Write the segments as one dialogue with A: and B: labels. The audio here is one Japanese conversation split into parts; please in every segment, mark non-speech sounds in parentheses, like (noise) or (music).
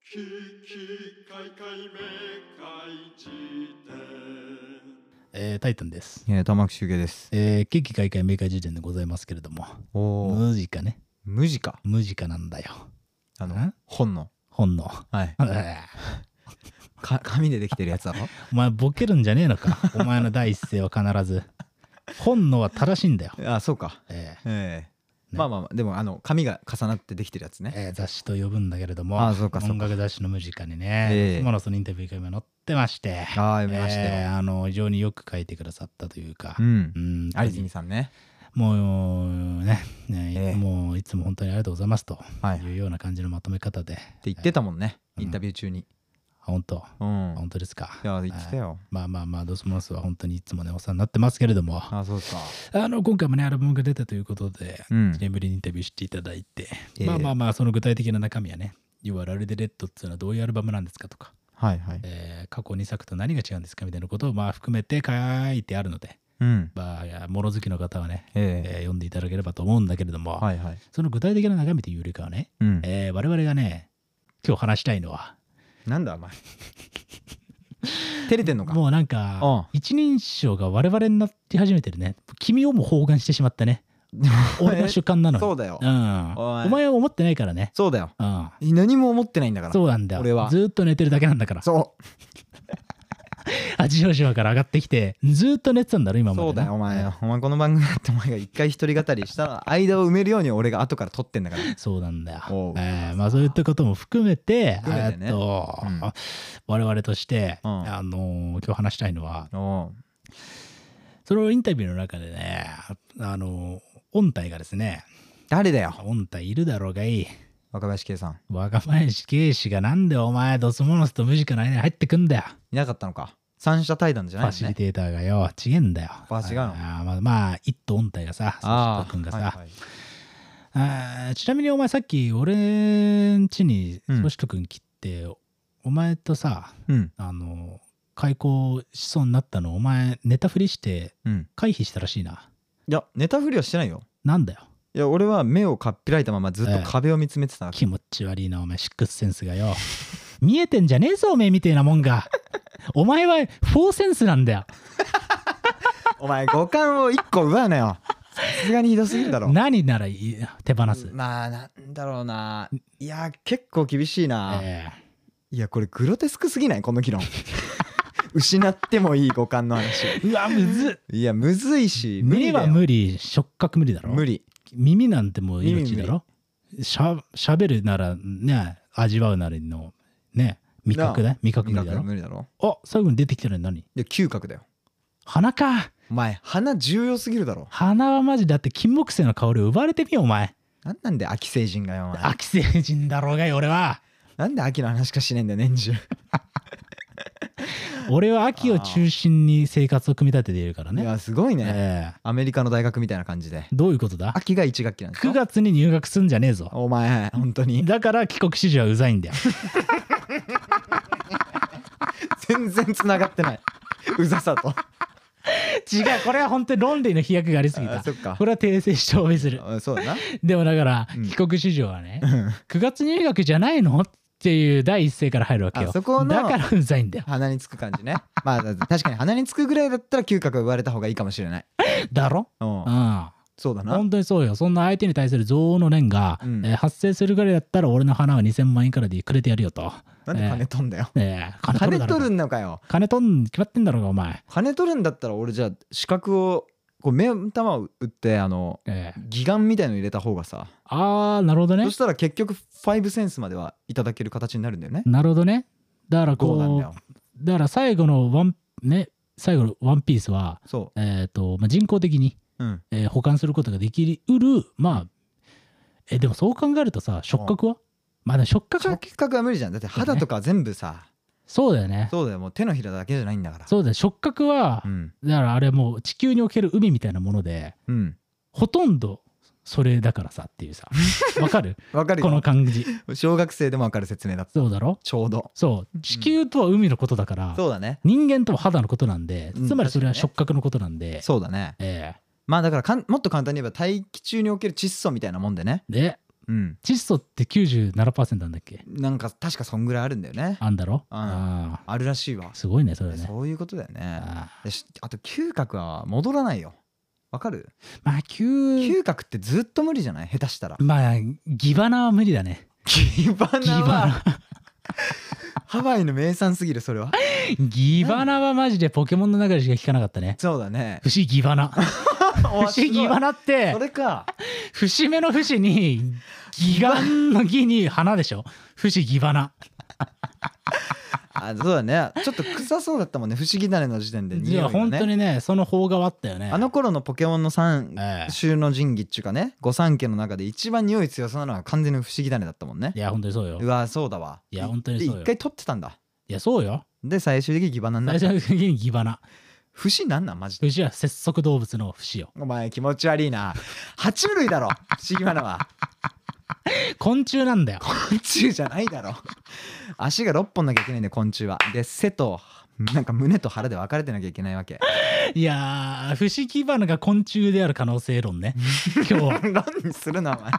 A: ききかいかいめかいじ典
B: えータイタンです。
C: えー、玉木周平です。
B: えー、景気開会明快時点でございますけれども、
C: おー、
B: 無地かね。
C: 無地か。
B: 無地かなんだよ。
C: あの
B: ん、
C: 本の。
B: 本能。 (laughs)
C: はい。
B: お
C: か紙でできてるやつだろ
B: 前ボケるんじゃねえのか。お前の第一声は必ず。本能は正しいんだよ。
C: (laughs) あ、そうか。
B: え
C: ええまあまあまあ、でも、あの、紙が重なってできてるやつ
B: ー
C: ね。
B: えー雑誌と呼ぶんだけれども、
C: あそうかそうか
B: 音楽雑誌の無地かにね、
C: ええ
B: マラソンのインタビューが今載ってまして、
C: ああ、読みましたよ。
B: えーあの非常によく書いてくださったというか、
C: うん
B: う。ん
C: 有泉さんね。
B: もうね、ね
C: ええ
B: もういつも本当にありがとうございますと
C: はい。っ
B: いうような感じのまとめ方で、
C: て言ってたもんね。
B: うん
C: インタビュー中に。
B: あ本当、
C: うん。
B: 本当ですか。
C: いや、言ってた
B: はい
C: よ。
B: まあまあまあ、ドスモノスは本当にいつもね、お世話になってますけれども、あ
C: あ、そうか。
B: の今回もね、アルバムが出たということで、
C: うん
B: 1。年ぶりにインタビューしていただいて、
C: ええ
B: まあまあまあ、その具体的な中身はね、要はラルデレッドっていうのはどういうアルバムなんですかとか、
C: はいはい。
B: えー過去2作と何が違うんですかみたいなことをまあ含めて書いてあるので、
C: うん。
B: まあ、物好きの方はね、えー
C: え
B: 読んでいただければと思うんだけれども、
C: え。はいはい。
B: その具体的な中身というよりかはね、
C: うん。
B: えー我々がね、今日話したいのは、
C: なんだ、お前。照れてんのか。
B: もうなんか、
C: う
B: 一人称が我々になり始めてるね。君をも包含してしまった
C: (laughs)
B: ね。俺の主観なのに。
C: (laughs) そううだよ。
B: ん。
C: おい
B: お前は思ってないからね。
C: そうだよ。
B: うん。
C: 何も思ってないんだから。
B: そうなんだよ。
C: 俺は
B: ずーっと寝てるだけなんだから。
C: そ
B: 八丈島から上がってきて、ずーっと寝てたんだろ、今
C: う。
B: までね、
C: そうだよ、お前。お前、この番組だってお前が一回一人語りした間を埋めるように俺が後から撮ってん
B: (laughs)
C: だから。
B: そうなんだよ。
C: おう
B: えーまあそういったことも含めて、
C: 含めてね
B: えーっと、
C: うん
B: 我々として、
C: うん
B: あのー今日話したいのは、
C: おう
B: そのインタビューの中でね、あのー、音体がですね、
C: 誰だよ、
B: 音体いるだろうがいい。
C: 若林圭さん。
B: 若林圭司がなんでお前ドスモノスとムジカの間に入ってくんだよ。
C: いなかったのか。三者対談じゃ
B: フ
C: ない
B: ァ
C: の
B: シリ
C: ね。
B: テーターがよ、ちげえんだよ。
C: あ違うの
B: あーまあ、まあ、一頭音体がさ、
C: あ
B: ソシ
C: あ、
B: 君がさ、
C: はいはい
B: あーちなみにお前さっき俺ん家に
C: うん
B: ソシト君来て、お前とさ、
C: うん、
B: あの、開口しそうになったのお前ネタ振りして
C: うん。
B: 回避したらしいな。
C: いや、ネタ振りはしてないよ。
B: なんだよ。
C: いや、俺は目をかっぴらいたままずっと壁を見つめてたわけ。
B: 気持ち悪いな、お前、シックスセンスが
C: (laughs)
B: よ。見えてんじゃねえぞ、おめえみてえなもんが。お前はフォーセンスなんだよ。
C: お前、五感を一個奪うなよ。さすがにひどすぎるだろ。
B: 何ならいい手放す。
C: まあ、なんだろうな。いや、結構厳しいな。
B: ええ
C: いや、これグロテスクすぎないこの
B: (laughs)
C: 議論。失ってもいい五感の話。
B: うわ、むずっ
C: いや、むずいし、無理
B: 目
C: だ
B: は
C: よ。
B: 無理、触覚無理だろ。
C: 無理。
B: 耳なんてもう命だろ。しゃしゃべるならね、味わうならの、ね、味覚だ味覚無理だろ。
C: 無理だろ。
B: あ最後に出てきたのは何
C: いや、嗅覚だよ。
B: 鼻か。
C: お前、鼻重要すぎるだろ。
B: 鼻はマジだって金木犀の香りを奪われてみよ、お前。
C: なんなんで秋成人がよ、お前。
B: アキセイ人だろうがよ、俺は。
C: なんで秋の話しかしねえんだよ、
B: (laughs)
C: 年中。
B: 俺は秋を中心に生活を組み立てているから
C: い
B: ね。
C: や、すごいね。
B: ええ
C: アメリカの大学みたいな感じで。
B: どういうことだ
C: 秋が1学期なんです
B: ?9
C: か
B: 月に入学すんじゃねえぞ。
C: お前、本
B: (laughs)
C: 当に。
B: だから帰国子女はうざいんだよ。
C: 全然繋がってない。うざさと。
B: 違う、これは本当に論理の飛躍がありすぎ
C: あ
B: た
C: そ。っか
B: こ。れは訂正してお詫びする。
C: あそうだな。
B: でもだから、
C: うん
B: 帰国子女はね、
C: うん
B: 9月入学じゃないのっていう第一声から入るわけよ。
C: あそこの
B: だからうざいんだよ。
C: (laughs) 鼻につく感じね。まあ、確かに鼻につくぐらいだったら嗅覚が生まれた方がいいかもしれない。
B: だろ
C: うん
B: う。ん。
C: そうだな。
B: 本当にそうよ。そんな相手に対する憎悪の念が、
C: うん
B: えー発生するぐらいだったら俺の花は2000万円からでくれてやるよと。
C: なんで金飛んだよ。
B: えー、金取る
C: 金
B: だろう
C: 取
B: が
C: るんのかよ。
B: 金取んに決まってんだろうがお前、
C: 金取るんだったら俺じゃあ視覚をこう目玉を打ってあの
B: ええ
C: 義眼みたいの入れた方がさ
B: ああなるほどね
C: そしたら結局5センスまではいただける形になるんだよね。
B: なるほどねだから
C: こ
B: こ
C: う
B: う
C: なんだ
B: だ
C: よ。
B: から最後のワンね最後のワンピースは
C: そ
B: えっ、と、まあ、人工的に、
C: う。うん。
B: えー保管することができうるまあえでもそう考えるとさ触覚はまあでも触覚は
C: 触覚は無理じゃん。だって肌とか全部さ、
B: そうだよね
C: そうだよ。もう手のひらだけじゃないんだから。
B: そうだよ触覚は
C: うん。
B: だからあれもう地球における海みたいなもので
C: うん。
B: ほとんどそれだからさって
C: (laughs)
B: いうさわかる
C: わかる
B: この
C: よ。
B: 感じ
C: 小学生でもわかる説明だった。
B: そうだろ
C: ちょうど。
B: そう地球とは海のことだから、
C: そうだね。
B: 人間とは肌のことなんで、
C: うん
B: つまりそれは触
C: 確
B: 覚のことなんで、
C: そうだね。
B: え
C: まあだからかんもっと簡単に言えば大気中における窒素みたいなもんでね。
B: えで、
C: うん
B: 窒素って97%なんだっけ
C: なんか確かそんぐらいあるんだよね
B: あんだろ
C: うん
B: あ
C: あるらしいわ
B: あすごいねそれね
C: そういうことだよね
B: あ
C: でしあと嗅覚は戻らないよわかる
B: ーまあ急
C: 嗅覚ってずっと無理じゃない下手したら
B: まあギバナは無理だね
C: ギバ
B: ギ
C: ナは
B: バナ
C: ハワイの名産すぎるそれ
B: (laughs)
C: は
B: ギバナはマジでポケモンの中でしか聞かなかったね
C: そうだね
B: 節ギバナ節ギバ
C: な
B: ナって
C: それか
B: 節目の節にギガンのギに花でしょ節ギバナ
C: あそうだねちょっと臭そうだったもんね不思議種の時点で
B: い
C: 匂い
B: や
C: が
B: 本当
C: ね
B: にねその方があったよね
C: あの頃のポケモンの三
B: ええ
C: 収の神器っちゅうかね御三家の中で一番匂い強そうなのは完全に不思議種だったもんね
B: いや本当にそうよ
C: うわそうだわ
B: いや本当にそうよ
C: で一回取ってたんだ
B: いやそうよ
C: で最終的にギバナにな
B: 最
C: った
B: 初のにギバナ
C: 節なんなんマジで
B: 節は節足動物の節よ
C: お前気持ち悪いな爬虫類だろ不思議花は
B: 昆虫なんだよ
C: 昆虫じゃないだろ足が6本なきゃいけないんで昆虫はで背となんか胸と腹で分かれてなきゃいけないわけ
B: いやー不思議花が昆虫である可能性論
C: (laughs)
B: ね今日は
C: 論にするなお前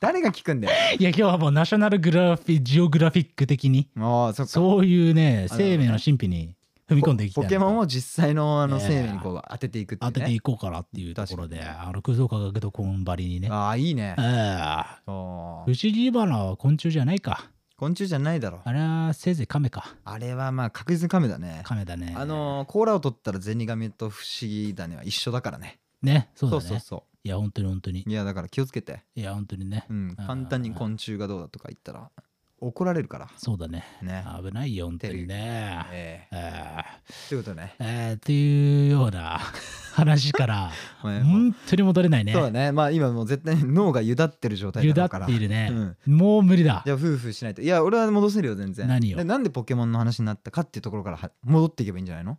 C: 誰が聞くんだよ
B: いや今日はもうナショナルグラフィジオグラフィック的に
C: もうそっか
B: そういうね
C: あなるほどね
B: 生命の神秘に踏み込んでいきた
C: ポ
B: いな
C: ポケモンを実際のあの
B: ねえ
C: 生命にこう当てていくって
B: 当
C: いう
B: てて
C: ね
B: いこうかなっていうところで、
C: 確か
B: あの空想科学とコンバリにね
C: ああいいね
B: ああ
C: そ
B: 不
C: う
B: 思議花は昆虫じゃないか
C: 昆虫じゃないだろ
B: あれはせいぜい亀か
C: あれはまあ確実に亀だね
B: 亀だね
C: あのー甲羅を取ったらゼニガメと不思議種は一緒だからね
B: ねそうだ
C: そ
B: ね
C: うそうそ
B: いや本当に本当に
C: ういやだから気をつけて
B: いや本当にね、
C: うん
B: あー
C: 簡単に昆虫がどうだとか言ったら怒られるから
B: そうだね
C: ね
B: 危ないよ本当にね
C: ええ
B: え
C: ということでね
B: (laughs) ーえーっていうよう
C: (laughs)
B: な話から
C: ごめん
B: 本当に戻れないね
C: そうだねまあ今もう絶対脳がゆだってる状態
B: ゆだ
C: だろう
B: っ
C: から
B: ているね、
C: うん
B: もう無理だ
C: じゃあ夫婦しないといや俺は戻せるよ全然
B: 何よ
C: でなんでポケモンの話になったかっていうところからは戻っていけばいいんじゃないの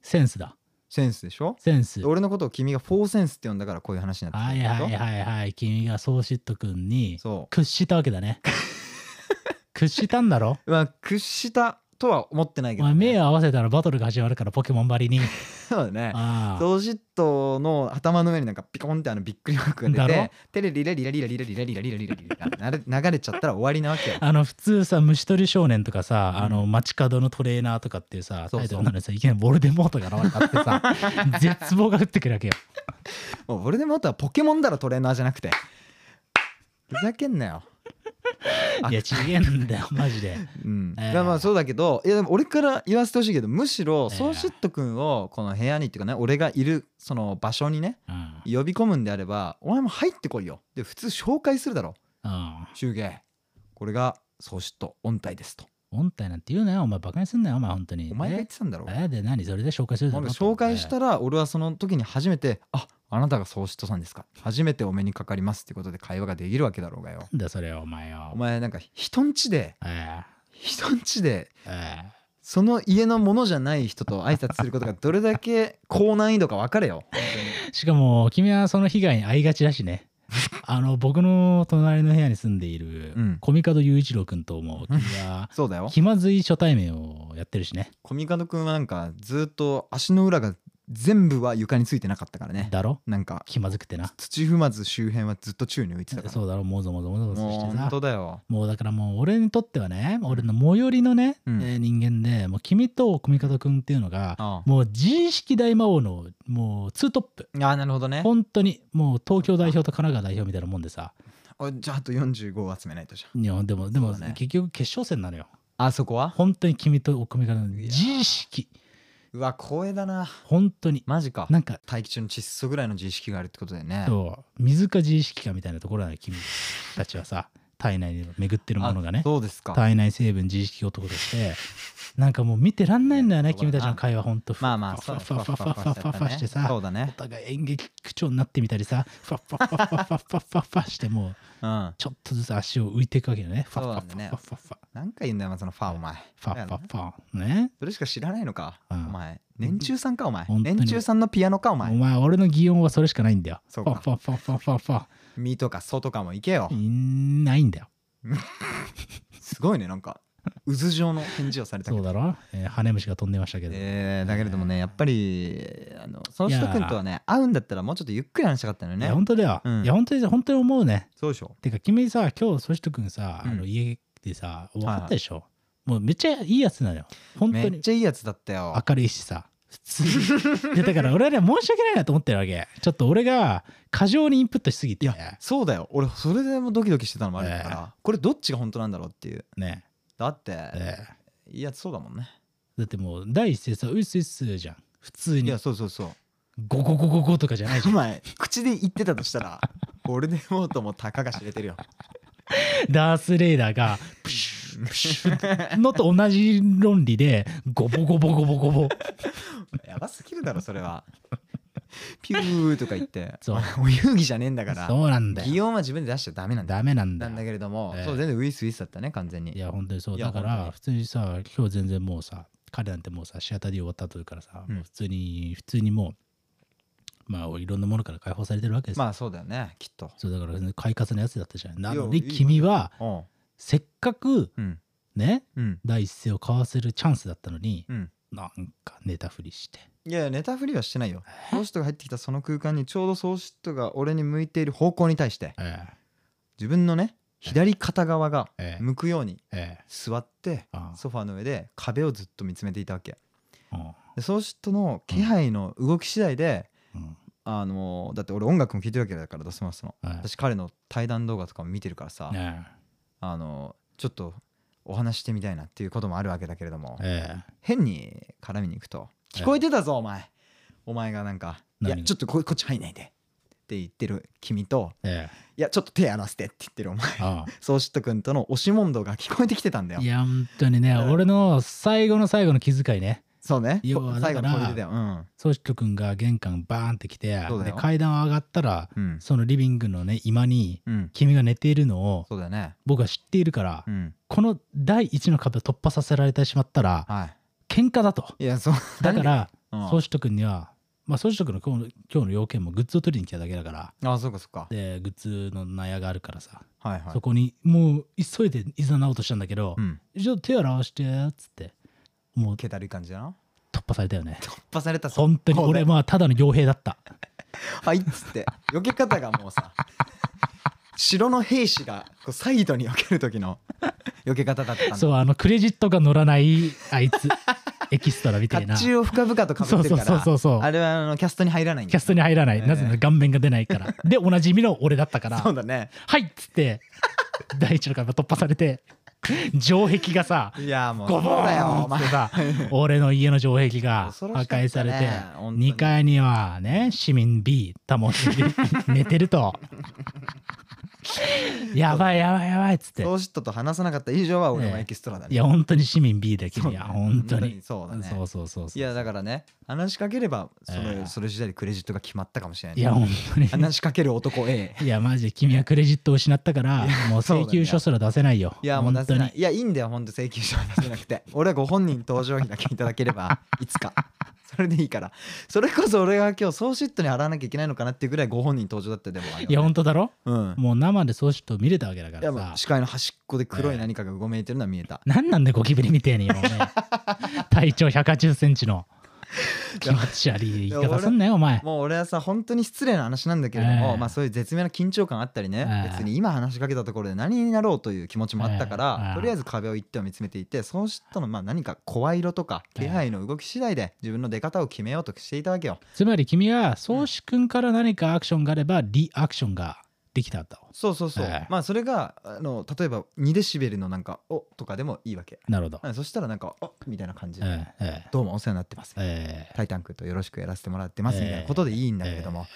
B: センスだ
C: センスでしょ
B: センス
C: で
B: は
C: 俺のことを君がフォーセンスって呼んだからこういう話になって
B: い
C: るんだ
B: はいはいはい君がソーシット君に
C: そう
B: 屈したわけだ
C: (laughs)
B: ね屈したんだろ
C: まあ屈したとは思ってないけ
B: お
C: ど、
B: 前目を合わせたらバトルが始まるからポケモンばりに
C: (laughs) そうだね
B: ああ
C: 同シットの頭の上になんかピコンってあのびっくりマーク
B: だ
C: が出
B: ろ
C: てテレリラリラリラリラリラリラリラリラリラリラ流れちゃったら終わりなわけよ
B: あの普通さ虫取り少年とかさ、
C: うん
B: あの街角のトレーナーとかっていうさ
C: そうそう
B: タイトルなのにさいきなりボルデモートが現れたって
C: (laughs)
B: さ絶望が降ってくるわけよ
C: もう俺でもあとはポケモンだろトレーナーじゃなくてふざけんなよあ
B: いやちげえんだよマジで
C: うん、
B: ええ
C: いやまあそうだけどいやでも俺から言わせてほしいけどむしろ
B: ええ
C: ソーシット君をこの部屋にっていうかね俺がいるその場所にね
B: うん
C: 呼び込むんであればお前も入ってこいよで普通紹介するだろ
B: うん
C: 中継これがソーシット音体ですと
B: 音体なんて言うなよお前バカにすんなよお前本当に
C: お前が言
B: え
C: ってたんだろ
B: えで何それで紹介する
C: な
B: だ
C: ん
B: ろ
C: か紹介し
B: え
C: たら俺はその時に初めて「ああなたがソーシットさんですか初めてお目にかかります」ってことで会話ができるわけだろうが
B: え
C: よ
B: なんだよそれお前よ
C: お前なんか人んちで
B: え
C: 人んちで
B: ええ
C: その家のものじゃない人と挨拶することがどれだけ高難易度か分かれよ本
B: えしかも君はその被害に遭いがちだし
C: (laughs)
B: ねあの僕の隣の部屋に住んでいる
C: うん
B: コミカド雄一郎君とも君は
C: (laughs) 当にそうだよ
B: 気まずい初対面をやってるしね
C: コミカド君はなんかずっと足の裏が全部は床についてなかったからね
B: だろ
C: なんか
B: 気まずくてな
C: 土踏まず周辺はずっと宙に浮いてたから
B: そうだろもぞもぞもぞもぞ
C: も
B: し
C: う
B: て
C: 本
B: さ
C: 当だよ
B: もうだからもう俺にとってはね俺の最寄りのね、
C: うん
B: えー人間でもう君と組方くんっていうのが
C: あ
B: もう自意識大魔王のもうツートップ
C: ああなるほどね
B: 本当にもう東京代表と神奈川代表みたいなもんでさ
C: おじゃああと45を集めないとじゃん
B: いやでもでも
C: そうだね
B: 結局決勝戦なのよ
C: あそこは
B: 本当に君と組方の
C: いや
B: 自意識
C: うわ光栄だな
B: 本当に
C: マジか
B: なんか
C: 大気中の窒素ぐらいの自意識があるってことだよね
B: そう水か自意識かみたいなところなのよ君たちはさ体内で巡ってるものがね
C: あそうですか
B: 体内成分自意識男としてなんかもう見てらんないんだよ
C: い
B: ね
C: やそうだ
B: 君
C: な
B: たちの会話ほんと
C: まあまあ
B: フ
C: そう
B: ァ
C: だ
B: ファファファファファファしてさ
C: そうだね
B: お互い演劇口調になってみたりさファファファファファファファファしてもう
C: うん
B: ちょっとずつ足を浮いていくわけだねファファ
C: そう
B: フ
C: だね
B: ァファファファ
C: なんか言うんだよそのファお前
B: ファファファね
C: それしか知らないのかお
B: うん
C: 前年中さんかお前
B: 本当に
C: 年中さんのピアノかお
B: お
C: 前
B: 前俺の擬音はそれしかないんだよフ
C: そう
B: ァ
C: か
B: ファファファファファ
C: 身とかソとかも行けよ
B: いないんだよ
C: すごいねなんか渦状の返事をされたけ
B: そうだ
C: ど
B: ろ、えー、羽虫が飛んでましたけど、
C: えーだけれどもねやっぱりあのその人君とはね会うんだったらもうちょっとゆっくり話したかったのよ
B: い
C: ね
B: や本当だよ、
C: うん
B: いや本当に本当に思うね
C: そうでしょ
B: てか君さ今日そしとくんさ、
C: うん
B: あの家でさ分かったでしょ、もうめっちゃいいやつなのよ本当
C: めっ
B: に
C: ちゃいいやつだったよ
B: 明るいしさ普通にいやだから俺はね申し訳ないなと思ってるわけちょっと俺が過剰にインプットしすぎてね
C: そうだよ俺それでもドキドキしてたのもあるから、
B: え
C: これどっちが本当なんだろうっていう
B: ね
C: だって、
B: え
C: いいやつそうだもんね
B: ーだってもう第一声さ「うっすうっす」じゃん普通
C: い
B: に
C: やそうそうそう
B: 「ゴゴゴゴゴ」とかじゃないじ
C: お
B: ゃん
C: 前口で言ってたとしたらボルデモートもたかが知れてるよ
B: ダース・レイダーがプシュプシュのと同じ論理でゴボゴボゴボゴボ
C: やばすぎるだろそれはピューとか言って
B: そう
C: お遊戯じゃねえんだから
B: そうなんだ
C: 擬
B: よ
C: 音は自分で出しちゃダメなんだ
B: ダメなんだ
C: な
B: よ
C: んだけれども、
B: ええ
C: そう全然ウイスウイスだったね完全に
B: いや本当にそう
C: いや
B: だか
C: 本当に
B: ら普通にさ今日全然もうさ彼なんてもうさシアターで終わった後だからさ、
C: うん
B: もう普通に普通にもうまあいろんなものから解放されてるわけですよ、
C: まあそうだよねきっと
B: そうだから、ね、快活なやつだったじゃんなの
C: い
B: に
C: やいい
B: 君は
C: おう
B: せっかく
C: うん
B: ね
C: うん
B: 第一声を交わせるチャンスだったのに、
C: うん
B: なんか寝たふりして
C: いやいやネタフリはしてないよソーシットが入ってきたその空間にちょうどソーシットが俺に向いている方向に対して
B: え
C: 自分のね左肩側が
B: えええ
C: 向くように
B: ええ
C: 座って
B: あ
C: ソファーの上で壁をずっと見つめていたわけ
B: あ
C: でソーシットの気配の動き次第で、
B: うん
C: あのーだって俺音楽も聴いてるわけだからドスマスの
B: はい
C: 私彼の対談動画とかも見てるからさ、
B: ね
C: あのちょっとお話してみたいなっていうこともあるわけだけれども
B: えええ
C: 変に絡みに行くと「
B: ええ
C: 聞こえてたぞお前お前がなんか「い
B: 何
C: やちょっとここっち入んないで」って言ってる君と
B: ええ
C: 「いやちょっと手離して」って言ってるお前
B: あ
C: そうしと君との押し問答が聞こえてきてたんだ
B: あ
C: よ
B: いや本当にね、
C: うん
B: 俺の最後の最後の気遣いね
C: そうね
B: 要は
C: ほ
B: だから
C: 最後の小出だようん
B: 宗志君が玄関バーンって来て
C: そうだ
B: で
C: よ
B: 階段上がったら
C: うん
B: そのリビングのね居間に
C: うん
B: 君が寝ているのを
C: そうだよね
B: 僕は知っているから、
C: うん
B: この第一の壁を突破させられてしまったら
C: は
B: 喧嘩だと
C: いいやそう
B: だか
C: 何
B: ら
C: うん
B: 宗志君にはまあ宗志君の今日の今日の要件もグッズを取りに来ただけだから
C: あそうかそうか
B: でグッズの納屋があるからさ、
C: はいはい
B: そこにもう急いでいざなおうとしたんだけど
C: う、ん
B: ちょっと手洗わしてっつってもう
C: 気だるい感じだな
B: 突破されたよね
C: 突破された
B: 本当に
C: そうね
B: 俺まあただの傭兵だった
C: はいっつって避け方がもうさ城の兵士がこうサイドに避ける時の避け方だったんだ
B: そうあのクレジットが乗らないあい
C: (laughs)
B: つエキストラみた
C: 甲
B: いな
C: 冑を深々とかぶ
B: そ
C: っ
B: う
C: て
B: そ
C: る
B: う
C: から
B: そうそうそう
C: あれはあのキャストに入らないんだ
B: キャストに入らない、
C: ええ
B: なぜなら顔面が出ないからでおなじみの俺だったから
C: そうだね
B: はいっつって第一の壁突破され
C: (laughs)
B: て城壁がさ
C: いやもう
B: ゴボ
C: そうだ
B: ーン
C: よ
B: っ
C: お
B: つっ
C: 前
B: てさ俺の家の城壁が破
C: 恐ろしかったね
B: 壊されて
C: 本当に
B: 2階にはね市民 B タモリ寝てる
C: (laughs)
B: とやばいやばいやばいっつって
C: ソーシットと話さなかった以上は俺もエキストラだね
B: いや本当に市民 B だけ
C: そう
B: にい
C: だ
B: や
C: ね
B: 本当に
C: そうだね
B: そうそうそうそう
C: いやだからね話しかければそ
B: え
C: の
B: え
C: それ次第でクレジットが決まったかもしれない
B: い
C: ね
B: や本当に
C: 話しかける男 A
B: いやマジで君はクレジットを失ったからもう
C: そうだ
B: 請
C: ね
B: 求書すら出せないよ
C: いやもう出せない
B: 本
C: いやいいんだよほんと請求書は出せなくて (laughs) 俺はご本人登場費だけいただけれ
B: (laughs)
C: ばいつかそれでいいからそれこそ俺が今日ソーシットに払わなきゃいけないのかなっていうぐらいご本人登場だったでもあ
B: 当
C: るよ
B: にいや本当だろ
C: うん
B: もう生でそうしと見れたわけだか
C: いや
B: ら
C: も
B: さ
C: う視界の端っこで黒い何かがうごめいてるのは見えた
B: なんなんだよゴキブリみてえにも
C: (laughs)
B: うね体長1 8 0ンチの気持ち悪い言い方すんなよお前
C: もう俺はさ本当に失礼な話なんだけれど
B: ええ
C: もまあそういう絶妙な緊張感あったり
B: え
C: ね
B: え
C: 別に今話しかけたところで何になろうという気持ちもあった
B: え
C: か
B: え
C: らとりあえず壁を一点を見つめていてそうしたのまあ何か声色とか気配の動き次第で自分の出方を決めようとしていたわけよ
B: つまり君は宗志君から何かアクションがあればリアクションができたと
C: そうそうそう、
B: ええ
C: まあそれがあの例えば2デシベルのなんか「お」とかでもいいわけ、
B: なるほど
C: うんそしたらなんか「お」みたいな感じ
B: え
C: で、
B: ええ
C: どうもお世話になってます」
B: ええ
C: タイタン君とよろしくやらせてもらってます」
B: ええ
C: みたいなことでいいんだけれども、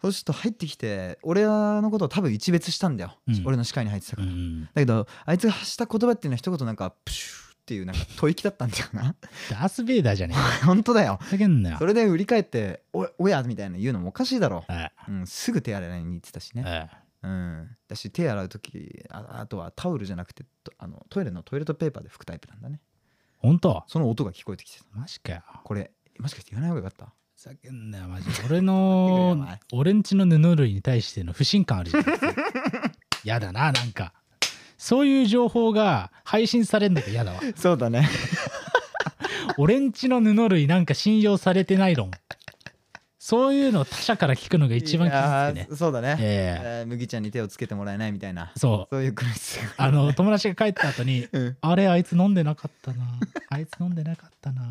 C: そうすると入ってきて俺のことを多分一別したんだよ、
B: うん
C: 俺の視界に入ってた
B: えう
C: から、
B: ん
C: だけどあいつが発した言葉っていうのは一言なんか「プシュー」っていうなんか吐息だったんだよな (laughs)
B: ダース・ベイダーじゃねえ
C: 本当だよ
B: ふざけん
C: (laughs)
B: なよ
C: それで振り返って「おおや」みたいな言うのもおかしいだろ、
B: え
C: うん、すぐ手洗いに行ってたしね
B: ええ
C: うん、だし手洗う時ああとはタオルじゃなくてとあのトイレのトイレットペーパーで拭くタイプなんだね
B: 本当
C: その音が聞こえてきてた
B: マジかよ
C: これもしかして言わない方がよかった
B: ふざけんなよ
C: (laughs)
B: マジで俺
C: ふざけんな
B: の
C: よ (laughs)
B: 俺んちの布類に対しての不信感あるじゃんやだななんかそういう情報が配信されるのが嫌だわ
C: そうだね
B: 俺んちの布類なんか信用されてない論そういうのを他者から聞くのが一番傷つくね
C: いやーそうだね、
B: ええ
C: えー麦ちゃんに手をつけてもらえないみたいな
B: そう
C: そういう苦しさが
B: あの友達が帰った後に (laughs)
C: うん
B: 「あれあいつ飲んでなかったなあいつ飲んでなかったな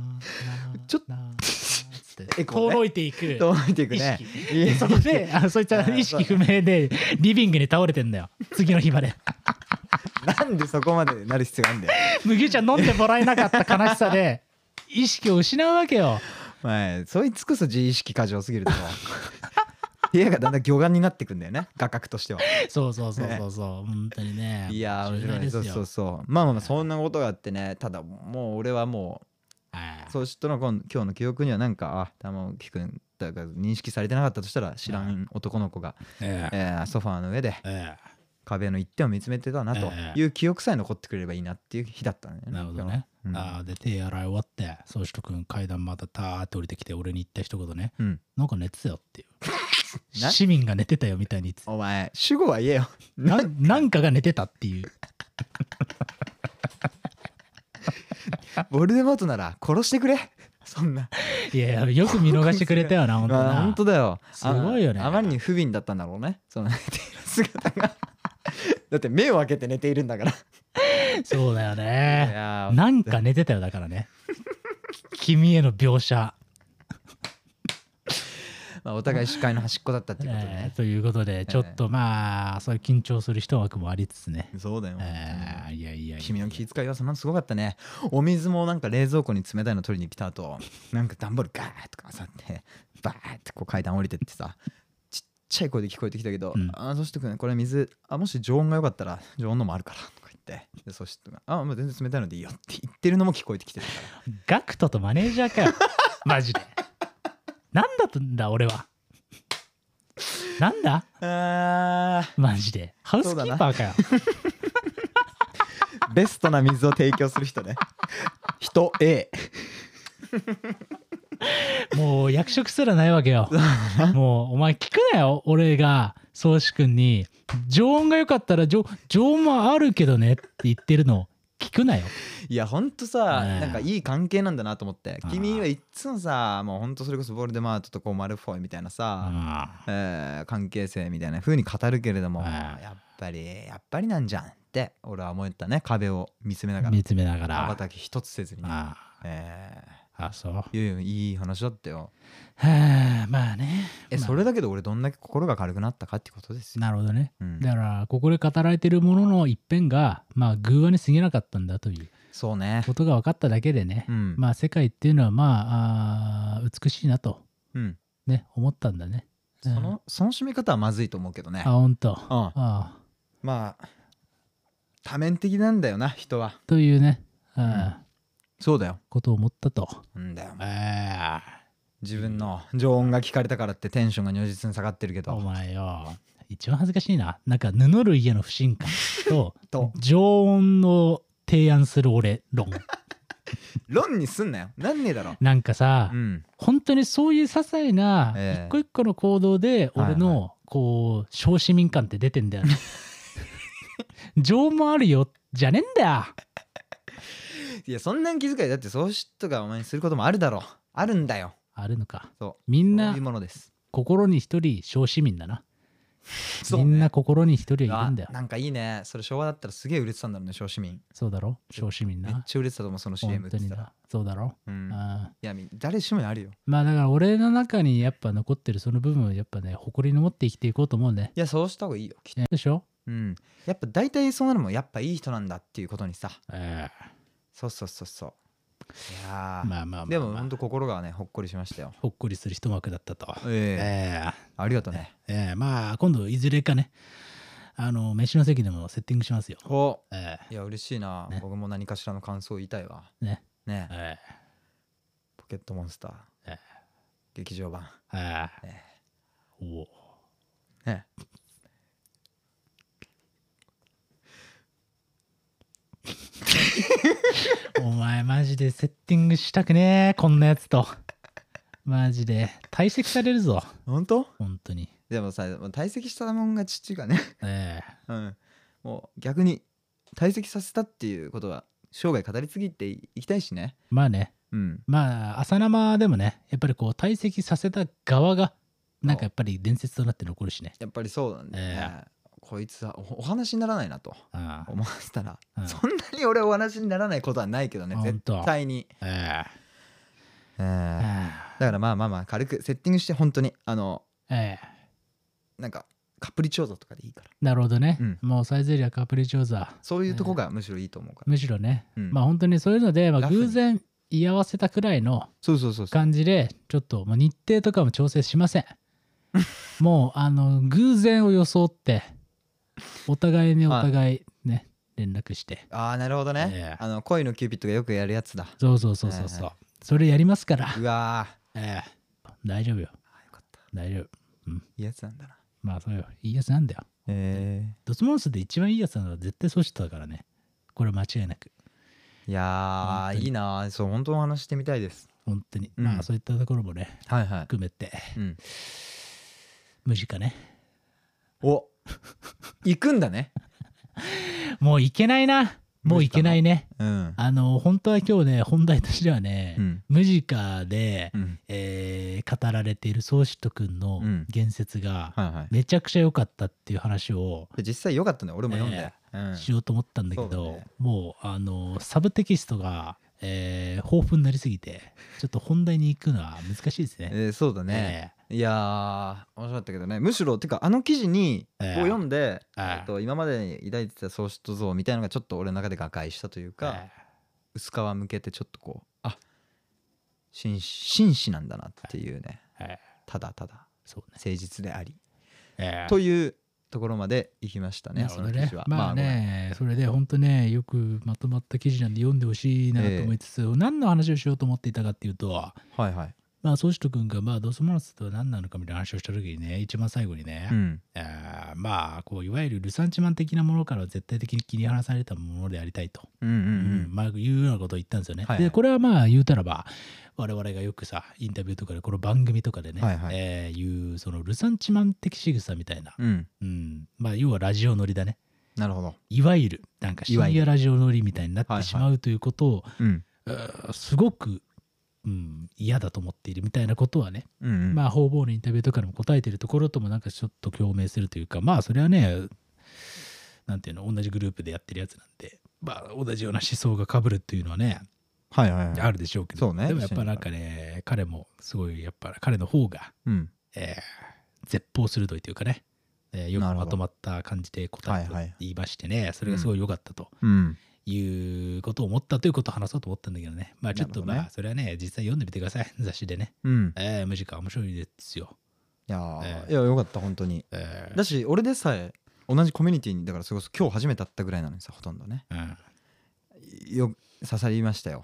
C: ちょっ
B: と」なつって
C: エコーね
B: 遠のいていく
C: と置いていく
B: 意
C: ね
B: 識
C: いや (laughs)
B: でそこであそいつは意識不明でリビングに倒れてんだよ次の日まで
C: なんでそこまでなる必要があるんだよ
B: 麦茶飲んでもらえなかった悲しさで意識を失うわけよ
C: お前そいつこそ自意識過剰すぎる
B: (laughs)
C: と思う部屋がだんだん魚眼になってくんだよね画角としては
B: そうそうそうそうそう本当にね
C: いやー面
B: 重
C: 白
B: 大
C: い
B: で
C: そう
B: す
C: そう
B: よ
C: そうまあまあまあそんなことがあってねただもう俺はも
B: は
C: う
B: い
C: そうしとの今今日の記憶にはなんかあ玉置くんだから認識されてなかったとしたら知らん男の子が、
B: ええ
C: えーソファーの上で
B: え
C: 壁の一点を見つめてたなと
B: ええ
C: いう記憶さえ残ってくれればいいなっていう日だったんだよ
B: え
C: ね
B: なるほどね、
C: うん
B: あーで手洗い終わってそうしとくん階段またたーって降りてきて俺に言った一言ね
C: うん
B: なんか寝てたよっていう
C: (laughs) な
B: 市民が寝てたよみたいに言っ
C: (laughs)
B: てた
C: お前主語は言え
B: (laughs)
C: よ
B: ななんかが寝てたっていう
C: ボルデモートなら殺してくれ (laughs) そんない
B: やよく見逃してくれたよ
C: (laughs)
B: な本当
C: まあ
B: な
C: 本当だよ
B: すごいよね
C: ああまりに不憫だったんだろうねその寝ている姿が (laughs) だって目を開けて寝ているんだから
B: そうだよね
C: やー
B: なんか寝てたよだからね君への描写、
C: まあ、お互い視界の端っこだったっていうこと
B: え
C: ね
B: ー、ということでちょっとまあそういう緊張する一枠もありつつね、
C: そうだよ
B: えー、いやいやいや
C: 君の気遣いはそんなすごかったねお水もなんか冷蔵庫に冷たいの取りに来た
B: (laughs)
C: 後なんか段ボールガーッとかさってバーってこう階段降りてってさちっちゃい声で聞こえてきたけど「
B: うん
C: ああそしてくんこれ水あもし常温が良かったら常温のもあるから」とか言ってでそしてあもう全然冷たいのでいいよ」って言ってるのも聞こえてきてたから
B: ガクトとマネージャー (laughs) かよマジでなんだったんだ俺はなんだ
C: あ
B: マジでハウスキーパーかよ
C: ーベストな水を提供する
B: (laughs)
C: 人ね人 A
B: もう役職すらないわけ (laughs) よもうお前聞くなよ俺が宗志君に常温が良かったら常常温もあるけどねって言ってるのを聞くなよ
C: いやほんとさ、
B: ねえ
C: なんかいい関係なんだなと思って
B: あー
C: 君はいっつもさもうほんとそれこそボルデマートとこうマルフォイみたいなさ、
B: あ
C: えー関係性みたいな風に語るけれども
B: あー
C: やっぱりやっぱりなんじゃんって俺は思ったね壁を見つめな
B: あ
C: がら
B: 見つめなが
C: 羽
B: ら
C: ばたき一つせずに、ね
B: あ
C: え
B: ああそうは
C: ーいやいやいい話だったよ
B: あまあね
C: え
B: まあ
C: それだけで俺どんだけ心が軽くなったかってことですよ、
B: なるほどね
C: うん
B: だからここで語られてるものの一辺がまあ偶話に過ぎなかったんだという
C: そうね
B: ことが分かっただけでね、
C: うん、
B: まあ世界っていうのはまああー美しいなと
C: うん、
B: ね思ったんだね
C: そのその締め方はまずいと思うけどね
B: あ本当あ
C: うん
B: あ
C: まあ多面的なんだよな人は
B: というね、うん
C: んそうだよ
B: ことを思ったと。
C: なんだよ
B: え
C: 自分の常温が聞かれたからってテンションが如実に下がってるけ
B: お
C: ど
B: 前よ一番恥ずかしいななんか布類への不信感と
C: と
B: 常温の提案する俺論
C: 論にすんなよなんねえだろ
B: なんかさ、
C: (laughs) うん
B: 本当にそういう些細な
C: ええ
B: 一個一個の行動で俺
C: はい
B: のこう小市民感って出てんだよね。 (laughs) 情もあるよじゃねえんだよ
C: いやそんな気遣いだってそうしとかお前にすることもあるだろあるんだよ
B: あるのか
C: そ
B: み
C: うんそう
B: な
C: いうものです
B: 心に一人小市民だな、
C: そう
B: み
C: ね
B: んな心に一人はいる
C: あ
B: んだよ
C: なんかいいねそれ昭和だったらすげえ売れてたんだろうね小市民
B: そうだろ小市民
C: めっ
B: な
C: ちゃ売れてたと思うその CM
B: 本
C: っ
B: 当
C: て
B: に
C: 言ったら
B: なそうだろ、
C: うん
B: う
C: い
B: ん
C: やみ誰しもにあるよ
B: まあだから俺の中にやっぱ残ってるその部分をやっぱね誇りに持って生きていこうと思うね
C: いやそうした方がいいよきっと
B: でしょ
C: うんやっぱ大体そうなのもやっぱいい人なんだっていうことにさ
B: え
C: そうそうそうそうい
B: えま
C: やー
B: あまあまあ、まあ、
C: でも本当心がねほっこりしましたよ。
B: ほっこりする一幕だったと
C: ええ
B: ええ
C: ありがとうね。
B: ええまあ今度いずれかねあの飯の席でもセッティングしますよ
C: お
B: え
C: いや嬉しいな、
B: ね
C: 僕も何かしらの感想を言いたいわ。
B: えね
C: ねえ
B: え
C: ポケットモンスター、
B: ええ
C: 劇場版。
B: えええ
C: ね
B: おお
C: ね
B: お前マジでセッティングしたくねえこんなやつとマジで退席されるぞ
C: え本当
B: 本当に
C: (laughs) でもさもう退席したもんが父がね、
B: ええ
C: うん、もう逆に退席させたっていうことは生涯語り継ぎっていきたいしね
B: まあね
C: うん
B: まあ朝生でもねやっぱりこう退席させた側がなんかやっぱり伝説となって残るしね
C: やっぱりそうなんだよね、こいつはおお話にならないなと
B: あ
C: 思わせたら、
B: うん
C: そんなに俺はお話にならないことはないけどね
B: あ
C: 絶
B: 本当
C: 対に、
B: あえ
C: え
B: え
C: ー
B: あ
C: だからまあまあまあ軽くセッティングして本当にあの
B: あええ
C: なんかカプリチョーザとかでいいから
B: なるほどね、
C: うん
B: もうサイゼリアカプリチョーザ
C: そういうとこがむしろいいと思うから、
B: むしろね、
C: うん
B: まあ本当にそういうので、まあ、
C: ラフに
B: 偶然居合わせたくらいの
C: そうそうそうそう
B: 感じでちょっともう日程とかも調整しま
C: (laughs)
B: せんもうあの偶然を装ってお互いにお互いね連絡して
C: ああなるほどね、
B: ええ
C: あの恋のキューピッドがよくやるや (laughs) つだ
B: そうそうそうそうそう、
C: は
B: それやりますから、
C: うわー
B: ええ大丈夫よ
C: あーよかった
B: 大丈夫
C: いいやつなんだな
B: まあそうよいいやつなんだよ
C: え
B: ドスモンスで一番いいやつなのは絶対そうしてたからねこれ間違いなく
C: えいや
B: 本
C: ー
B: 当に
C: いいなーそう本当お話ししてみたいです
B: 本当に、
C: うん
B: まあそういったところもね
C: はいはい、
B: 含めて
C: うん、
B: 無事かね
C: お行くんだ (laughs) ね
B: もういけないなもういけないね
C: うん
B: あの本当は今日ね本題としてはね、
C: うん
B: ムジカで、
C: うん
B: えー語られている宗師とくんの
C: うん
B: 言説が
C: はいはい
B: めちゃくちゃ良かったっていう話を
C: で実際良かったね俺も読んで、うん
B: しようと思ったんだけ
C: そう
B: ど、
C: だね
B: もうあのサブテキストが、えー豊富になりすぎてちょっと本題に行くのは難しいですね。
C: えーそうだね、いやー面白かったけどねむしろてかあの記事に、
B: ええ
C: を読んで、
B: ええ
C: えっと、今までに抱いてた喪失像みたいなのがちょっと俺の中で瓦解したという
B: えー
C: か、薄皮向けてちょっとこうあ紳士紳士なんだなっていうね
B: えーえー
C: ただただ
B: そうね。
C: 誠実であり、
B: えー
C: というところまで行きましたね
B: なる
C: そ
B: ほ
C: の
B: ど
C: 記
B: ね
C: 事は。
B: まあね、それで本当ねよくまとまった記事なんで読んでほしいなと思いつつ、何の話をしようと思っていたかっていうと
C: ごめんはいはい。
B: まあ宗主君がまあドスモノスとは何なのかみたいな話をした時にね一番最後にね、
C: うん
B: あーまあこういわゆるルサンチマン的なものからは絶対的に切り離されたものでありたいと、
C: うんうんうん
B: まあ、いうようなことを言ったんですよね。
C: はいはい
B: でこれはまあ言うたらば我々がよくさインタビューとかでこの番組とかでね、
C: はいはい
B: えーいうそのルサンチマン的仕草みたいな、
C: うん
B: うんまあ要はラジオ乗りだね
C: なるほど。
B: いわゆるなんか
C: いわ
B: 深
C: ゆ
B: 夜
C: る
B: ラジオ乗りみたいになっ
C: はいは
B: て
C: い
B: しまうということを、
C: うん
B: えーすごく、うん、嫌だと思っているみたいなことはね
C: うんうん
B: まあ方々のインタビューとかにも答えてるところともなんかちょっと共鳴するというかまあそれはねなんていうの同じグループでやってるやつなんでまあ同じような思想がかぶるっていうのはね
C: はいはいはい。
B: あるでしょうけど
C: そうね
B: でもやっぱなんかね彼もすごいやっぱ彼の方が、
C: うん
B: えー絶望鋭いというかね、えーよく
C: なるほど
B: まとまった感じで答えを
C: はいはい
B: 言いましてね、それがすごい良かったと。
C: うん
B: いうことを思ったということを話そうと思ったんだけどね。まあちょっと
C: なるほどね
B: まあそれはね、実際読んでみてください。雑誌でね。
C: うん。
B: えー、無時間面白いですよ。
C: いやー
B: ええ
C: いやよかった本当に。
B: えー
C: だし俺でさえ同じコミュニティにだからそれこそ今日初めて会ったぐらいなのにさほとんどね
B: うん
C: よ刺さりましたよ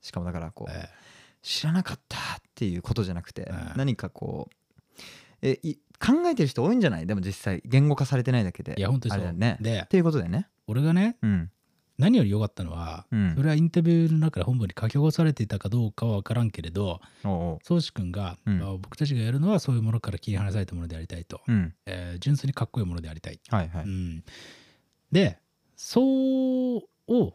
C: しかもだからこう
B: え
C: 知らなかったっていうことじゃなくて
B: うん
C: 何かこうえい考えてる人多いんじゃないでも実際言語化されてないだけで
B: ーいや本当に
C: あ
B: そ
C: れ
B: う
C: だねっ
B: で
C: ていうことでね
B: 俺がね
C: うん
B: 何より良かったのは、
C: うん
B: それはインタビューの中で本文に書き起こされていたかどうかは分からんけれど
C: おうお
B: 宗志君が、
C: うん
B: まあ僕たちがやるのはそういうものから切り離されたものでありたいと、
C: ううん
B: えー純粋にかっこいいものでありたい、
C: はいはい
B: うん、でそうを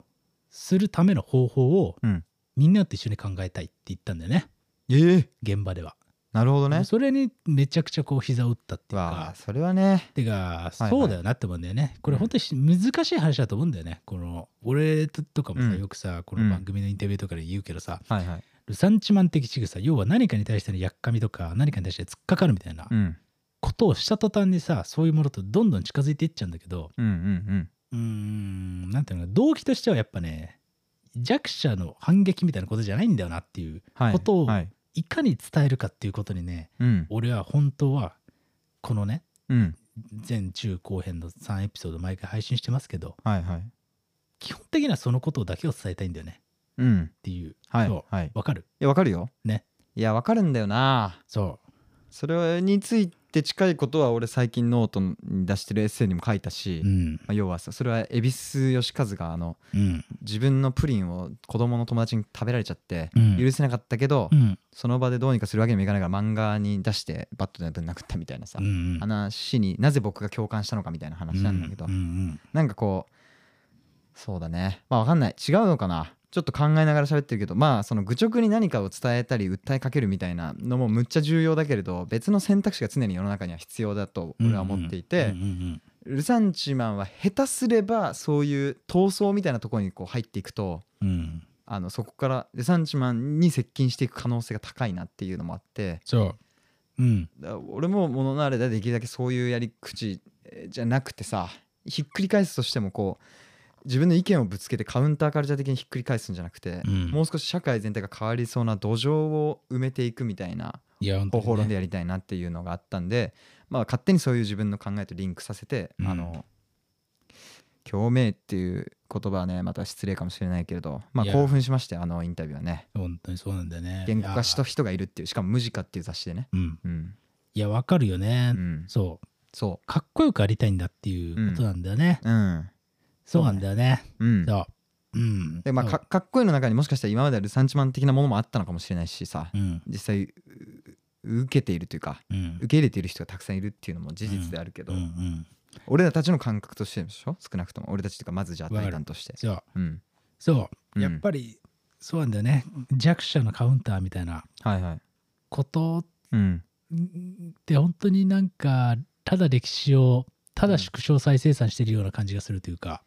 B: するための方法を、
C: うん
B: みんなと一緒に考えたいって言ったんだよね
C: ええ
B: 現場では、
C: なるほどね
B: それにめちゃくちゃこう膝を打ったっていう
C: わ
B: か
C: あそれはね
B: てか、
C: いはい
B: そうだよなって思うんだよね。これ本当にし難しい話だと思うんだよね。この俺とかもさ、
C: うん
B: よくさこの番組のインタビューとかで言うけどさ、
C: はいはい
B: ルサンチマン的仕草要は何かに対してのやっかみとか何かに対して突っかかるみたいな
C: うん
B: ことをした途端にさそういうものとどんどん近づいていっちゃうんだけど
C: うんうん
B: うーんなんていうのかな動機としてはやっぱね弱者の反撃みたいなことじゃないんだよなっていう
C: はい
B: ことを
C: はい
B: いかに伝えるかっていうことにね
C: うん
B: 俺は本当はこのね
C: うん
B: 全中後編の3エピソード毎回配信してますけど
C: はいはい
B: 基本的にはそのことだけを伝えたいんだよね
C: うん
B: っていう
C: はい
B: そ
C: はいう
B: わかる
C: いやわかるよ
B: ね
C: いやわかるんだよな
B: そ
C: それについて近いことは俺最近ノートに出してるエッセイにも書いたし、
B: うう
C: ま
B: ん
C: あ、要はさそれは恵比寿義和があの
B: うん
C: 自分のプリンを子供の友達に食べられちゃって
B: うん
C: 許せなかったけど、
B: うん
C: その場でどうにかするわけにもいかないから漫画に出してバットで殴ったみたいなさ、
B: うん
C: 話になぜ僕が共感したのかみたいな話なんだけど、
B: うんうん
C: なんかこうそうだねまあわかんない違うのかなちょっと考えながら喋ってるけどまあその愚直に何かを伝えたり訴えかけるみたいなのもむっちゃ重要だけれど別の選択肢が常に世の中には必要だと俺は思っていて、
B: うんうんうん
C: ルサンチマンは下手すればそういう闘争みたいなところにこう入っていくと
B: うんうん
C: あのそこからルサンチマンに接近していく可能性が高いなっていうのもあって
B: そううん
C: だから俺ももののあれでできるだけそういうやり口えーじゃなくてさひっくり返すとしてもこう自分の意見をぶつけてカウンターカルチャー的にひっくり返すんじゃなくて、
B: うん
C: もう少し社会全体が変わりそうな土壌を埋めていくみたいない
B: や本当
C: 方
B: にね
C: 法論でやりたいなっていうのがあったんで、まあ、勝手にそういう自分の考えとリンクさせて、
B: うん
C: あの共鳴っていう言葉はねまた失礼かもしれないけれど、まあ、
B: いや
C: 興奮しましたよあのインタビューはね
B: 本当にそうなんだよね
C: 言語化した
B: いや
C: 人がいるっていうしかも「無自化」っていう雑誌でね、
B: うん
C: うん
B: いやわかるよね、
C: うん、
B: そう
C: そ
B: かっこよくありたいんだっていうことなんだよね、
C: ううん
B: そうなんだよね
C: うん
B: そううん
C: でまあ
B: そう
C: かかっこいいの中にもしかしたら今まではルサンチマン的なものもあったのかもしれないしさ、
B: うん
C: 実際う受けているというか
B: うん
C: 受け入れている人がたくさんいるっていうのも事実であるけど、
B: うんうん
C: 俺らたちの感覚としてでしょ少なくとも俺たちというかまずじゃあ
B: わかる
C: 対談として
B: そう
C: うん
B: そううんやっぱりそうなんだよね弱者のカウンターみたいな
C: はいはい
B: こと
C: うん
B: って本当になんかただ歴史をただ縮小再生産してるような感じがするというか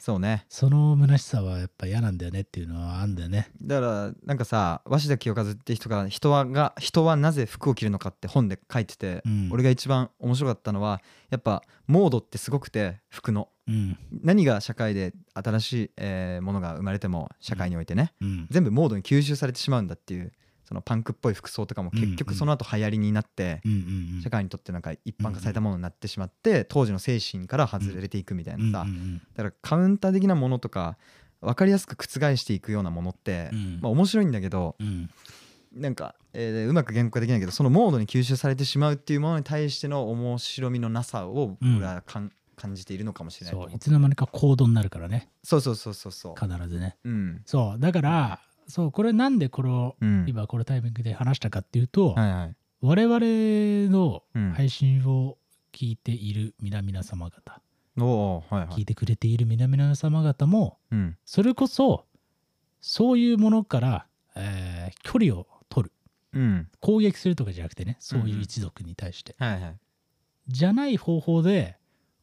C: そうね
B: その虚しさはやっぱ嫌なんだよねっていうのはあんだよね
C: だからなんかさ鷲田清和って人が人はが人はなぜ服を着るのかって本で書いてて、
B: うん
C: 俺が一番面白かったのはやっぱモードってすごくて服の
B: うん
C: 何が社会で新しい、えーものが生まれても社会においてね、
B: うん
C: 全部モードに吸収されてしまうんだっていうそのパンクっぽい服装とかも結
B: うんう
C: 局
B: ん
C: その後流行りになって、
B: うんうんうん
C: 社会にとってなんか一般化されたものになってしまって、当時の精神から外れていくみたいなさ、
B: うんうん
C: だからカウンター的なものとか分かりやすく覆していくようなものって、
B: うん
C: まあ面白いんだけど
B: うん
C: なんか、えーうまく言語化できないけどそのモードに吸収されてしまうっていうものに対しての面白みのなさを
B: うん
C: 俺はかん、感じているのかもしれないと
B: そう
C: 思
B: いつの間にか行動になるからね
C: そうそうそうそうそう
B: 必ずね
C: うん
B: そうだからそうこれなんでこれを
C: うん
B: 今このタイミングで話したかっていうと、
C: はいはい
B: 我々の
C: うん
B: 配信を聞いている皆々様方、
C: おおはいは
B: 聞
C: い
B: いてくれている皆々様方も
C: うん
B: それこそそういうものから、えー距離を取る
C: うん
B: 攻撃するとかじゃなくてねそう
C: うん
B: い
C: うん
B: う一族に対して、
C: はいはい
B: じゃない方法で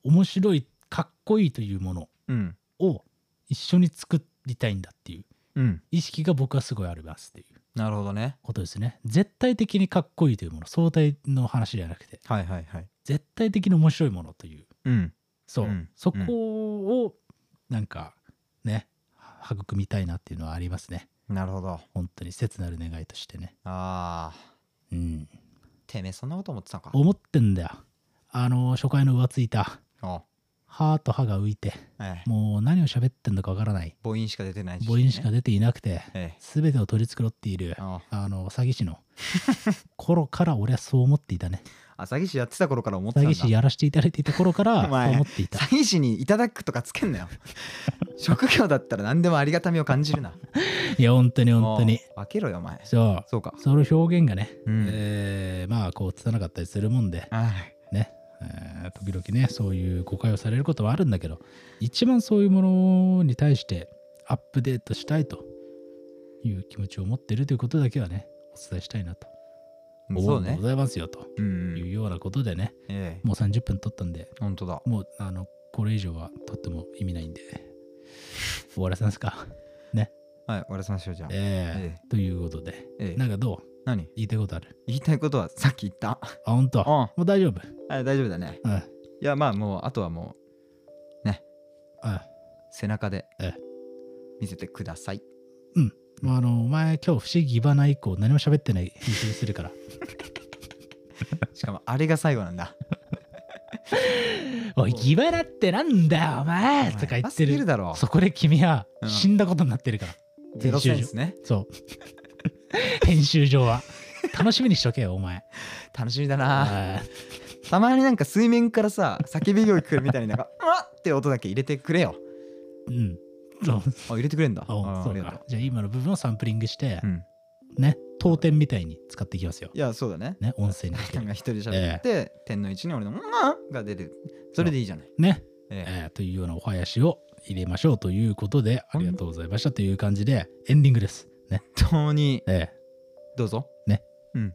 B: 面白いかっこいいというもの
C: うん
B: を一緒に作りたいんだっていう
C: うん
B: 意識が僕はすごいありますっていう
C: なるほどね
B: ことですね絶対的にかっこいいというもの相対の話ではなくて
C: はいはいはい
B: 絶対的に面白いものという
C: うん
B: そう、
C: うん
B: そこをなんかね育みたいなっていうのはありますね
C: なるほど
B: 本当に切なる願いとしてね
C: あ
B: うん
C: ーてめえそんなこと思ってたのか
B: 思ってんだよあの初回の浮ついた
C: お
B: 歯と歯が浮いて
C: ええ
B: もう何を喋ってんのかわからない
C: 母音しか出てない
B: 母音しか
C: ね
B: 出ていなくて
C: え
B: 全てを取り繕っている
C: えお
B: あの詐欺師
C: (laughs)
B: の頃から俺はそう思っていたね
C: あ詐欺師やってた頃から思って
B: 詐
C: たん
B: 欺
C: だ
B: 師やらせていただいていた頃
C: (laughs)
B: からそ
C: お
B: う
C: 前
B: 思っていた
C: 詐欺師に「いただく」とかつけん
B: (laughs)
C: なよ職業だったら何でもありがたみを感じるない
B: や本当に本当に
C: おう分けろよお前
B: そう
C: そうか
B: その表現がね、
C: うん
B: えーまあこう拙かったりするもんで
C: はい
B: ね、えー時々ねそういう誤解をされることはあるんだけど一番そういうものに対してアップデートしたいという気持ちを持っているということだけはねお伝えしたいなと
C: そ
B: 思う
C: うん
B: で
C: ね
B: ございますよと
C: うんう
B: いうんようなことでね
C: ええ
B: もう30分撮ったんで
C: 本当だ
B: もうあのこれ以上はとっても意味ないんで終わらせますか。
C: はい終わらせましょうじゃあ
B: え
C: え
B: ーということで
C: ええ
B: なんかどう
C: 何
B: 言いたいことある
C: 言いたいことはさっき言った
B: あ本当
C: うん
B: もう大丈夫。
C: あ大丈夫だね
B: うん
C: いやまあもうあとはも
B: あ
C: う背中で
B: ええ
C: 見せてください
B: もうあのお前今日不思議バナ以降何も喋ってない編集するから
C: しかもあれが最後なんだ
B: (laughs) おい、ギバラってなんだよ、お前とか言って
C: すぎる
B: る。
C: だろ
B: そこで君は
C: うん
B: 死んだことになってるから、
C: ゼロセンスね
B: そう。 (laughs) 編集上は。楽しみにしとけよ、お前。
C: 楽しみだな
B: あ
C: たまになんか水面からさ叫び声聞くみたいになんか (laughs) 「うわっ!」って音だけ入れてくれよ
B: ーうん。そう
C: あ入れてくれんだ
B: あ
C: あ
B: そ
C: あ
B: う
C: りがと
B: か。じゃあ今の部分をサンプリングして、
C: う、うん、
B: ね、当店みたいに使っていきますよ。
C: いやそうだね
B: ね、音声にして
C: (laughs) さん。が一人で喋って、天の一に俺の「うん」が出るそれでいいじゃない
B: ね、
C: ええ
B: えーというようなお囃子を入れましょうということで、ありがとうございましたという感じで、エンディングです。ね。
C: 当に
B: ええ
C: どうぞ
B: ね
C: うん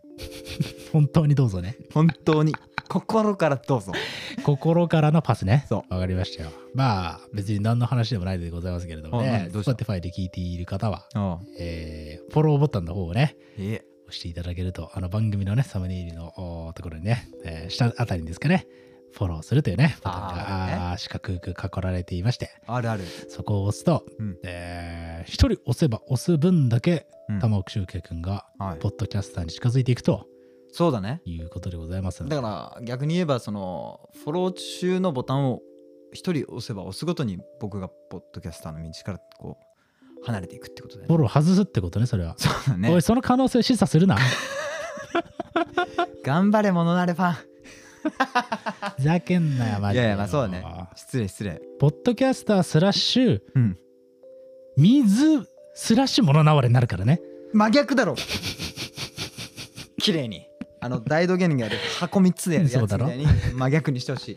B: 本当にどうぞね。
C: 本当に心からどうぞ
B: 心からのパスね。
C: そう
B: わかりましたよ。まあ、別に何の話でもないでございますけれども
C: あ
B: ね
C: 何、どうした
B: Spotify で聞いている方は、
C: ああ
B: えーフォローボタンの方をね、
C: いえ
B: 押していただけると、あの番組のね、サムネイルのおーところにね、えー下あたりにですかね、フォローするというね、ボタン
C: あーね
B: が、あー四角く囲られていまして、
C: あるある
B: そこを押すと、
C: うん
B: えー一人押せば押す分だけ、
C: うん
B: 玉置周慶君が、
C: はい
B: ポッドキャスターに近づいていくと
C: そうだね
B: いうことでございますので
C: だから逆に言えばそのフォロー中のボタンを一人押せば押すごとに僕がポッドキャスターの道からこう離れていくってことだ
B: フォ
C: よね。
B: ロー外すってことね、それは。
C: そうだ
B: お
C: ね
B: い、。その可能性示唆するな。
C: 頑張れモノナレファン。
B: ふざけんなよ、マ
C: い
B: ジで。
C: やいやまあそうだね。失礼失礼。
B: ポッドキャスタースラッシュ、
C: うん。
B: 水スラッシュ物われになるからね。
C: 真
B: (laughs)
C: 逆だろ。綺麗に。あの大道芸人がやる箱3つでやるやつ
B: そう
C: み
B: だろ
C: たいに真逆にしてほしい。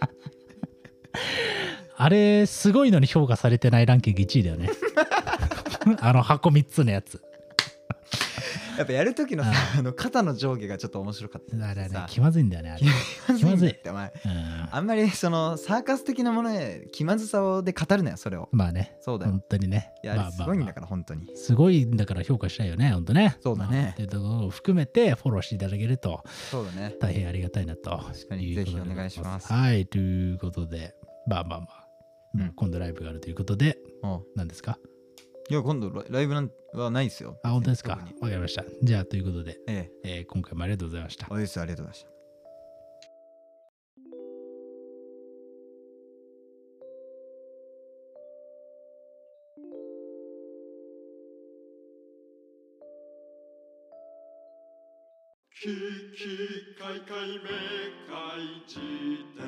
B: あれ、すごいのに評価されてないランキング1位だよね。
C: (laughs)
B: あの箱3つのやつ。
C: やっぱやる時のさあの肩の上下がちょっと面白かった。
B: あれはね
C: さ、
B: 気まずいんだよね、
C: (laughs)
B: あれ。
C: 気まずいんだっ
B: 気まず
C: てお前。
B: うん
C: あんまりそのサーカス的なものへ気まずさをで語るなよそれを。
B: まあね、
C: そうだよ
B: 本。当にね。
C: いや、
B: まあ
C: す
B: まあ
C: ごいん
B: ま
C: だ
B: あ
C: から本当に。
B: すごいんだから評価したいよね、本当ね。
C: そうだね
B: まあっていうところを含めてフォローしていただけると
C: そうだね。
B: 大変ありがたいなと。
C: 確かに
B: うこと
C: ぜ
B: で
C: ひお願いします
B: はい、ということで、まあまあまあ、
C: うん
B: 今度ライブがあるということで、
C: おう
B: 何ですか
C: いや、今度ラライブなんはないですよ。
B: あ、本当ですか
C: 特に。
B: わかりました。じゃあ、ということで、
C: ええ。
B: えー今回もありがとうございました。
C: おですありがとうございました。
A: 「ききかいかいめかいじ典」